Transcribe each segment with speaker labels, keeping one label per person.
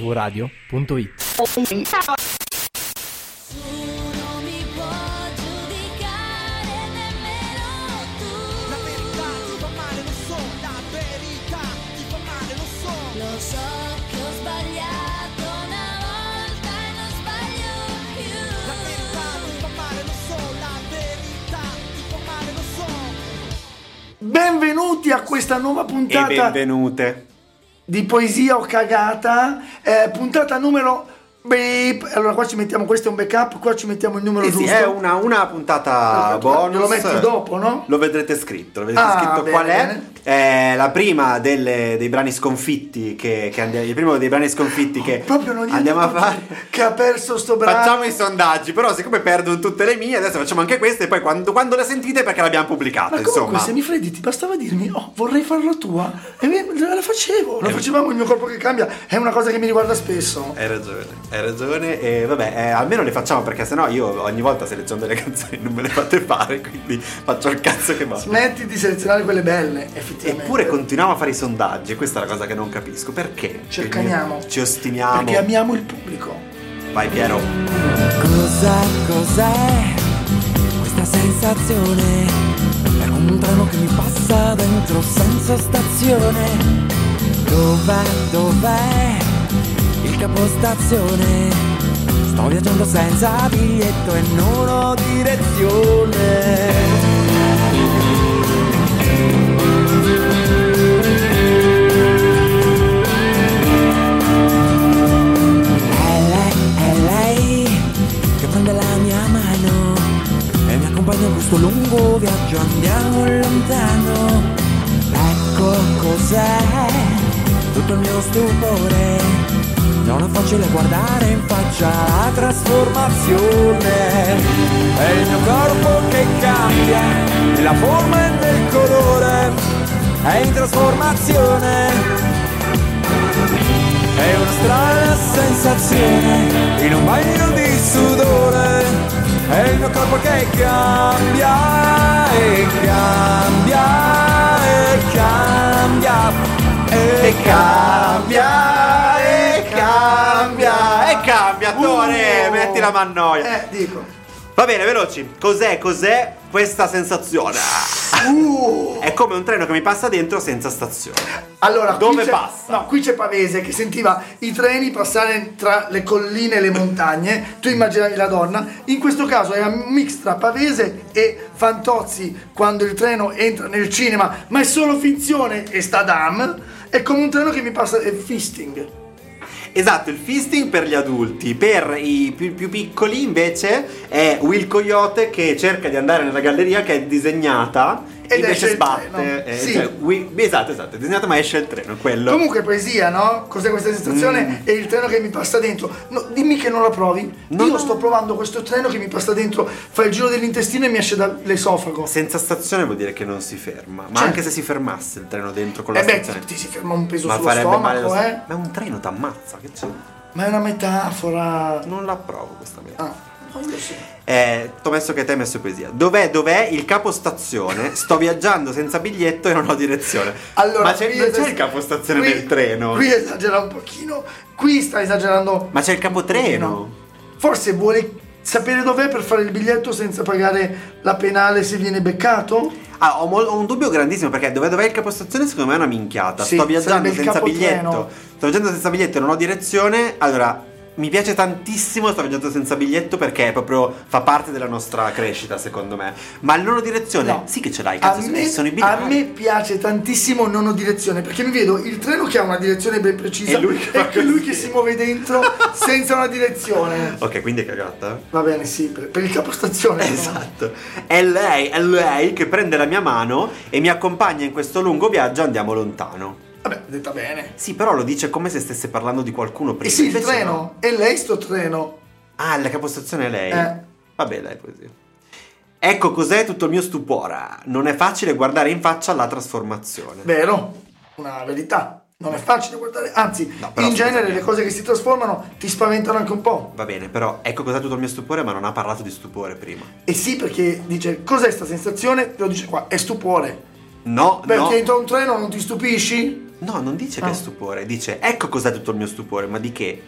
Speaker 1: mvradio.it
Speaker 2: Nessuno mi può giudicare, nemmeno tu.
Speaker 3: La verità ti fa male, lo so, la verità ti fa male, lo so.
Speaker 2: Lo so che ho sbagliato una volta e non sbaglio
Speaker 3: La verità
Speaker 2: più.
Speaker 3: ti fa male, lo so, la verità ti fa male, lo so.
Speaker 4: Benvenuti a questa nuova
Speaker 5: E
Speaker 4: puntata
Speaker 5: benvenute.
Speaker 4: di Poesia o Cagata, eh, puntata numero... beep. Allora qua ci mettiamo, questo è un backup, qua ci mettiamo il numero
Speaker 5: Eh sì,
Speaker 4: giusto.
Speaker 5: è una, una puntata
Speaker 4: Lo-
Speaker 5: bonus.
Speaker 4: lo metti dopo, no?
Speaker 5: Lo vedrete scritto. Lo vedrete
Speaker 4: Ah,
Speaker 5: scritto
Speaker 4: bene,
Speaker 5: qual è.
Speaker 4: bene.
Speaker 5: È la prima delle- dei brani sconfitti che, che andiamo. Il primo dei brani sconfitti che
Speaker 4: Oh, Proprio non gli ho
Speaker 5: andiamo a
Speaker 4: detto
Speaker 5: fare.
Speaker 4: Che ha perso sto brano.
Speaker 5: Facciamo i sondaggi, però siccome perdo tutte le mie, adesso facciamo anche queste e poi quando, quando le sentite perché l'abbiamo pubblicata,
Speaker 4: Ma comunque
Speaker 5: insomma.
Speaker 4: se mi freddi ti bastava dirmi oh vorrei farla tua e me- la facevo,
Speaker 5: Eh.
Speaker 4: la facevamo il mio corpo che cambia, è una cosa che mi riguarda spesso.
Speaker 5: Hai ragione, hai ragione e vabbè, eh, almeno le facciamo perché sennò io ogni volta seleziono delle canzoni non me le fate fare, quindi faccio il cazzo che va.
Speaker 4: Smetti di selezionare quelle belle, effettivamente.
Speaker 5: Eppure continuiamo a fare i sondaggi, questa è la cosa che non capisco, perché?
Speaker 4: Ci accaniamo.
Speaker 5: Ci ostiniamo.
Speaker 4: Perché amiamo il pubblico.
Speaker 5: Vai Piero.
Speaker 6: Cos'è, cos'è questa sensazione? È un treno che mi passa dentro senza stazione. Dov'è, dov'è il capostazione? Sto viaggiando senza biglietto e non ho direzione. È lei, è lei che prende la mia mano e mi accompagna in questo lungo viaggio, andiamo lontano. Ecco cos'è tutto il mio stupore. Non è facile guardare in faccia la trasformazione. È il mio corpo che cambia nella forma e nel colore. È in trasformazione. È una strana sensazione in un bagno di sudore. È il mio corpo che cambia e cambia e cambia e cambia e cambia.
Speaker 5: E Eh, cambia, Tore,
Speaker 4: Uh.
Speaker 5: metti la mannoia.
Speaker 4: Eh, dico.
Speaker 5: Va bene, veloci. Cos'è, cos'è questa sensazione?
Speaker 4: Uh.
Speaker 5: È come un treno che mi passa dentro senza stazione.
Speaker 4: Allora, qui
Speaker 5: Dove
Speaker 4: c'è-
Speaker 5: passa?
Speaker 4: No, qui c'è Pavese che sentiva i treni passare tra le colline e le montagne. Tu immaginavi la donna. In questo caso è un mix tra Pavese e Fantozzi quando il treno entra nel cinema, ma è solo finzione e sta dam. È come un treno che mi passa. È fisting.
Speaker 5: Esatto, il fisting per gli adulti, per i più, più piccoli invece è Will Coyote che cerca di andare nella galleria che è disegnata
Speaker 4: Ed esce
Speaker 5: invece
Speaker 4: il
Speaker 5: sbatte.
Speaker 4: treno.
Speaker 5: Eh,
Speaker 4: Sì.
Speaker 5: cioè, Will- esatto, esatto, è disegnata ma esce il treno, è quello.
Speaker 4: Comunque poesia, no? Cos'è questa sensazione? È il treno che mi passa dentro. No, dimmi che non la provi.
Speaker 5: Mm. No,
Speaker 4: Io
Speaker 5: no.
Speaker 4: sto provando questo treno che mi passa dentro, fa il giro dell'intestino e mi esce dall'esofago.
Speaker 5: Senza stazione vuol dire che non si ferma. Ma
Speaker 4: Certo.
Speaker 5: anche se si fermasse il treno dentro con la
Speaker 4: E Eh beh, ti,
Speaker 5: stazione.
Speaker 4: ti si ferma un peso
Speaker 5: ma
Speaker 4: sullo
Speaker 5: farebbe male
Speaker 4: stomaco,
Speaker 5: lo
Speaker 4: eh?
Speaker 5: stomaco. Ma un treno t'ammazza, che c'è?
Speaker 4: Ma è una metafora.
Speaker 5: Non l'approvo questa mia.
Speaker 4: Ah, non lo so.
Speaker 5: Eh, t'ho messo che te hai messo poesia. Dov'è, dov'è il capostazione? Sto viaggiando senza biglietto e non ho direzione.
Speaker 4: Allora,
Speaker 5: ma c'è,
Speaker 4: qui
Speaker 5: non
Speaker 4: esager-
Speaker 5: c'è il capostazione
Speaker 4: qui-
Speaker 5: nel treno.
Speaker 4: Qui esagera un pochino, qui sta esagerando.
Speaker 5: Ma c'è il capotreno.
Speaker 4: un pochino. Forse vuole sapere dov'è per fare il biglietto senza pagare la penale se viene beccato?
Speaker 5: Ah, ho, mol- ho un dubbio grandissimo perché dove dov'è il capostazione secondo me è una minchiata.
Speaker 4: Sì,
Speaker 5: Sto viaggiando
Speaker 4: sarebbe il
Speaker 5: senza
Speaker 4: capotreno.
Speaker 5: biglietto. Sto viaggiando senza biglietto e non ho direzione. Allora, mi piace tantissimo sto viaggiando senza biglietto perché proprio fa parte della nostra crescita, secondo me. Ma il non ho direzione,
Speaker 4: No.
Speaker 5: sì che ce l'hai, cazzo,
Speaker 4: a,
Speaker 5: ci
Speaker 4: me,
Speaker 5: sono i
Speaker 4: a
Speaker 5: binari.
Speaker 4: me piace tantissimo non ho direzione perché mi vedo il treno che ha una direzione ben precisa
Speaker 5: E lui che fa
Speaker 4: che, lui
Speaker 5: così.
Speaker 4: che si muove dentro senza una direzione.
Speaker 5: Ok, quindi è cagata.
Speaker 4: Va bene, sì, per, per il capostazione. no?
Speaker 5: Esatto. È lei, è lei che prende la mia mano e mi accompagna in questo lungo viaggio, andiamo lontano.
Speaker 4: Vabbè, detta bene.
Speaker 5: Sì, però lo dice come se stesse parlando di qualcuno prima.
Speaker 4: E Eh sì, il
Speaker 5: invece
Speaker 4: treno.
Speaker 5: no.
Speaker 4: E lei sto treno.
Speaker 5: Ah, la capostazione è lei.
Speaker 4: Eh.
Speaker 5: Vabbè, dai, così. Ecco cos'è tutto il mio stupore. Non è facile guardare in faccia la trasformazione.
Speaker 4: Vero? Una verità. Non è facile guardare. Anzi,
Speaker 5: No, però
Speaker 4: in
Speaker 5: scusa,
Speaker 4: genere
Speaker 5: eh.
Speaker 4: le cose che si trasformano ti spaventano anche un po'.
Speaker 5: Va bene, però ecco cos'è tutto il mio stupore, ma non ha parlato di stupore prima.
Speaker 4: E sì, perché dice cos'è questa sensazione? Te lo dice qua, è stupore.
Speaker 5: No,
Speaker 4: Perché Ah.
Speaker 5: no.
Speaker 4: entra un treno non ti stupisci?
Speaker 5: No, non dice che è stupore, dice ecco cos'è tutto il mio stupore, ma di che?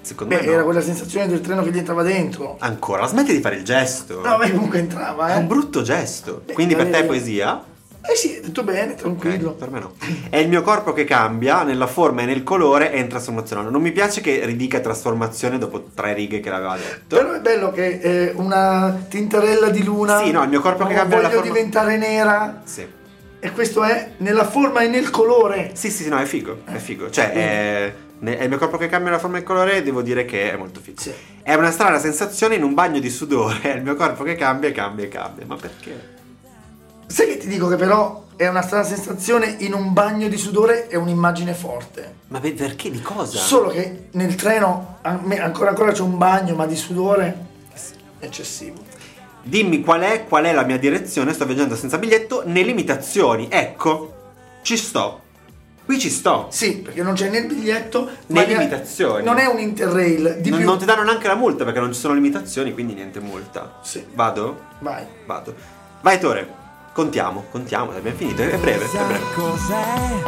Speaker 5: Secondo
Speaker 4: Beh,
Speaker 5: me no.
Speaker 4: era quella sensazione del treno che gli entrava dentro.
Speaker 5: Ancora, smetti di fare il gesto.
Speaker 4: No, ma comunque entrava, eh.
Speaker 5: È un brutto gesto. Quindi per te è poesia?
Speaker 4: Eh sì, tutto bene, tranquillo.
Speaker 5: Ok, per me no. È il mio corpo che cambia nella forma e nel colore e in trasformazione. Non mi piace che ridica trasformazione dopo tre righe che l'aveva detto.
Speaker 4: Però è bello che eh, una tintarella di luna.
Speaker 5: Sì, no, il mio corpo che
Speaker 4: non
Speaker 5: cambia la
Speaker 4: voglio
Speaker 5: forma-
Speaker 4: diventare nera.
Speaker 5: Sì.
Speaker 4: E questo è nella forma e nel colore.
Speaker 5: Sì, sì, sì, no, è figo, è figo. Cioè, è, ne- è il mio corpo che cambia la forma e il colore e devo dire che è molto figo.
Speaker 4: Sì.
Speaker 5: È una strana sensazione in un bagno di sudore, è il mio corpo che cambia e cambia e cambia. Ma perché?
Speaker 4: Sai che ti dico che però è una strana sensazione in un bagno di sudore è un'immagine forte.
Speaker 5: Ma pe- perché? Di cosa?
Speaker 4: Solo che nel treno a me ancora ancora c'è un bagno, ma di sudore eccessivo.
Speaker 5: Dimmi qual è, qual è la mia direzione, sto viaggiando senza biglietto, nelle imitazioni. Ecco, ci sto. Qui ci sto.
Speaker 4: Sì, perché non c'è né il biglietto
Speaker 5: Né
Speaker 4: neanche-
Speaker 5: limitazioni.
Speaker 4: Non è un interrail, di
Speaker 5: non,
Speaker 4: più.
Speaker 5: non ti danno neanche la multa perché non ci sono limitazioni, quindi niente multa.
Speaker 4: Sì.
Speaker 5: Vado?
Speaker 4: Vai.
Speaker 5: Vado. Vai Tore. Contiamo, contiamo, dai, abbiamo finito. È breve, è
Speaker 6: Chissà
Speaker 5: breve.
Speaker 6: cos'è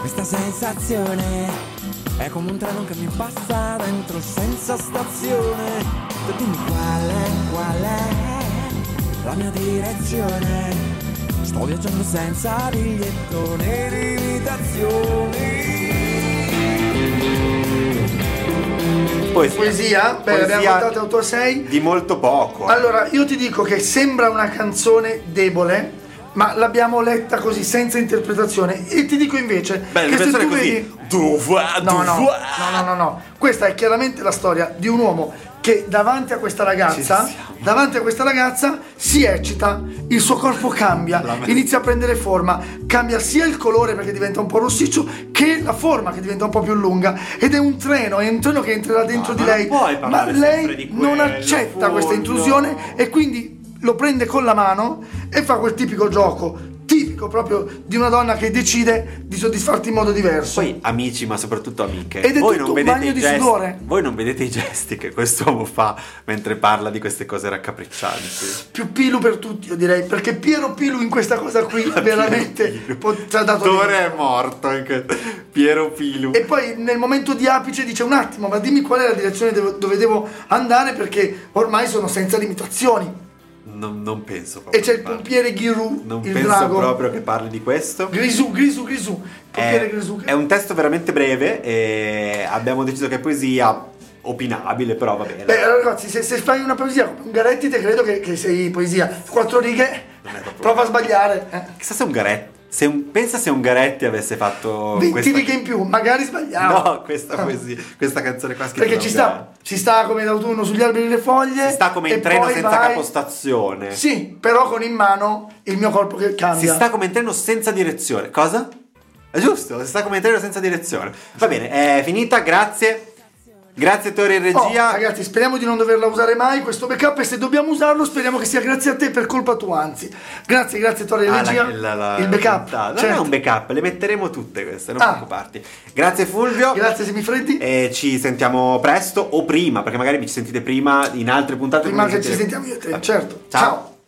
Speaker 6: questa sensazione? È come un treno che mi passa dentro senza stazione. Tu dimmi qual è, qual è la mia direzione. Sto viaggiando senza biglietto né limitazioni.
Speaker 5: Poesia.
Speaker 4: Poesia? Beh,
Speaker 5: Poesia
Speaker 4: abbiamo contato 8 a 6.
Speaker 5: Di molto poco. eh.
Speaker 4: Allora, io ti dico che sembra una canzone debole, ma l'abbiamo letta così, senza interpretazione. E ti dico invece
Speaker 5: Beh,
Speaker 4: che
Speaker 5: la
Speaker 4: se
Speaker 5: canzone
Speaker 4: tu
Speaker 5: è così.
Speaker 4: vedi.
Speaker 5: Du voi,
Speaker 4: No,
Speaker 5: du
Speaker 4: no,
Speaker 5: voi.
Speaker 4: no, no, no, no. Questa è chiaramente la storia di un uomo che davanti a questa ragazza,
Speaker 5: Ci siamo.
Speaker 4: davanti a questa ragazza si eccita, il suo corpo cambia,
Speaker 5: La me-
Speaker 4: inizia a prendere forma, cambia sia il colore perché diventa un po' rossiccio che la forma che diventa un po' più lunga ed è un treno, è un treno che entrerà dentro
Speaker 5: No,
Speaker 4: di
Speaker 5: ma non
Speaker 4: lei,
Speaker 5: puoi
Speaker 4: ma
Speaker 5: parlare sempre
Speaker 4: lei
Speaker 5: di
Speaker 4: non
Speaker 5: quello,
Speaker 4: accetta questa
Speaker 5: Fulvio.
Speaker 4: intrusione e quindi lo prende con la mano e fa quel tipico gioco tipico proprio di una donna che decide di soddisfarti in modo diverso.
Speaker 5: Poi amici, ma soprattutto amiche.
Speaker 4: Ed è
Speaker 5: voi
Speaker 4: tutto
Speaker 5: non
Speaker 4: un
Speaker 5: vedete
Speaker 4: bagno
Speaker 5: i
Speaker 4: di
Speaker 5: gesti,
Speaker 4: sudore.
Speaker 5: Voi non vedete i gesti che quest'uomo fa mentre parla di queste cose raccapriccianti.
Speaker 4: più Pilu per tutti, io direi, perché Piero Pilu in questa cosa qui veramente pot- ci ha dato dentro.
Speaker 5: Tore è morto anche Piero Pilu.
Speaker 4: E poi nel momento di apice dice un attimo, ma dimmi qual è la direzione devo- dove devo andare perché ormai sono senza limitazioni.
Speaker 5: Non, non penso proprio.
Speaker 4: E c'è
Speaker 5: che
Speaker 4: il
Speaker 5: parli.
Speaker 4: pompiere Ghiru,
Speaker 5: Non
Speaker 4: il
Speaker 5: penso
Speaker 4: drago.
Speaker 5: proprio che parli di questo.
Speaker 4: Grisù, Grisù, Grisù. Pompiere
Speaker 5: È,
Speaker 4: Grisù.
Speaker 5: è un testo veramente breve e abbiamo deciso che è poesia opinabile, però va bene.
Speaker 4: Beh, allora, ragazzi, se, se fai una poesia con Ungaretti te credo che, che sei poesia. Quattro righe,
Speaker 5: Non è proprio-
Speaker 4: prova a sbagliare. eh.
Speaker 5: Chissà se un Garetti. Se un- pensa se un Garetti avesse fatto
Speaker 4: 20
Speaker 5: Oh, questa,
Speaker 4: righe in più, magari sbagliamo.
Speaker 5: No, questa, poesia, questa canzone qua scritta
Speaker 4: Perché
Speaker 5: da
Speaker 4: ci
Speaker 5: un
Speaker 4: sta,
Speaker 5: Garetti.
Speaker 4: ci sta come d'autunno sugli alberi le foglie.
Speaker 5: Si sta come in
Speaker 4: e
Speaker 5: treno
Speaker 4: poi
Speaker 5: senza
Speaker 4: vai-
Speaker 5: capostazione.
Speaker 4: Sì, però con in mano il mio corpo che cambia.
Speaker 5: Si sta come in treno senza direzione. Cosa? È giusto, si sta come in treno senza direzione. Va bene, è finita, grazie. Grazie Tori in
Speaker 4: Oh,
Speaker 5: regia.
Speaker 4: ragazzi, speriamo di non doverla usare mai questo backup e se dobbiamo usarlo speriamo che sia grazie a te per colpa tua, anzi. Grazie, grazie Torre
Speaker 5: Ah,
Speaker 4: Regia.
Speaker 5: la- la- la-
Speaker 4: il
Speaker 5: la
Speaker 4: backup.
Speaker 5: puntata. Non
Speaker 4: certo.
Speaker 5: è un backup, le metteremo tutte queste, non
Speaker 4: Ah.
Speaker 5: preoccuparti. Grazie Fulvio.
Speaker 4: Grazie Semifreddi.
Speaker 5: E ci sentiamo presto o prima, perché magari mi ci sentite prima in altre puntate.
Speaker 4: Prima
Speaker 5: come
Speaker 4: che
Speaker 5: mi
Speaker 4: ci
Speaker 5: sentirete.
Speaker 4: sentiamo io e te,
Speaker 5: Vabbè.
Speaker 4: certo. Ciao.
Speaker 5: Ciao.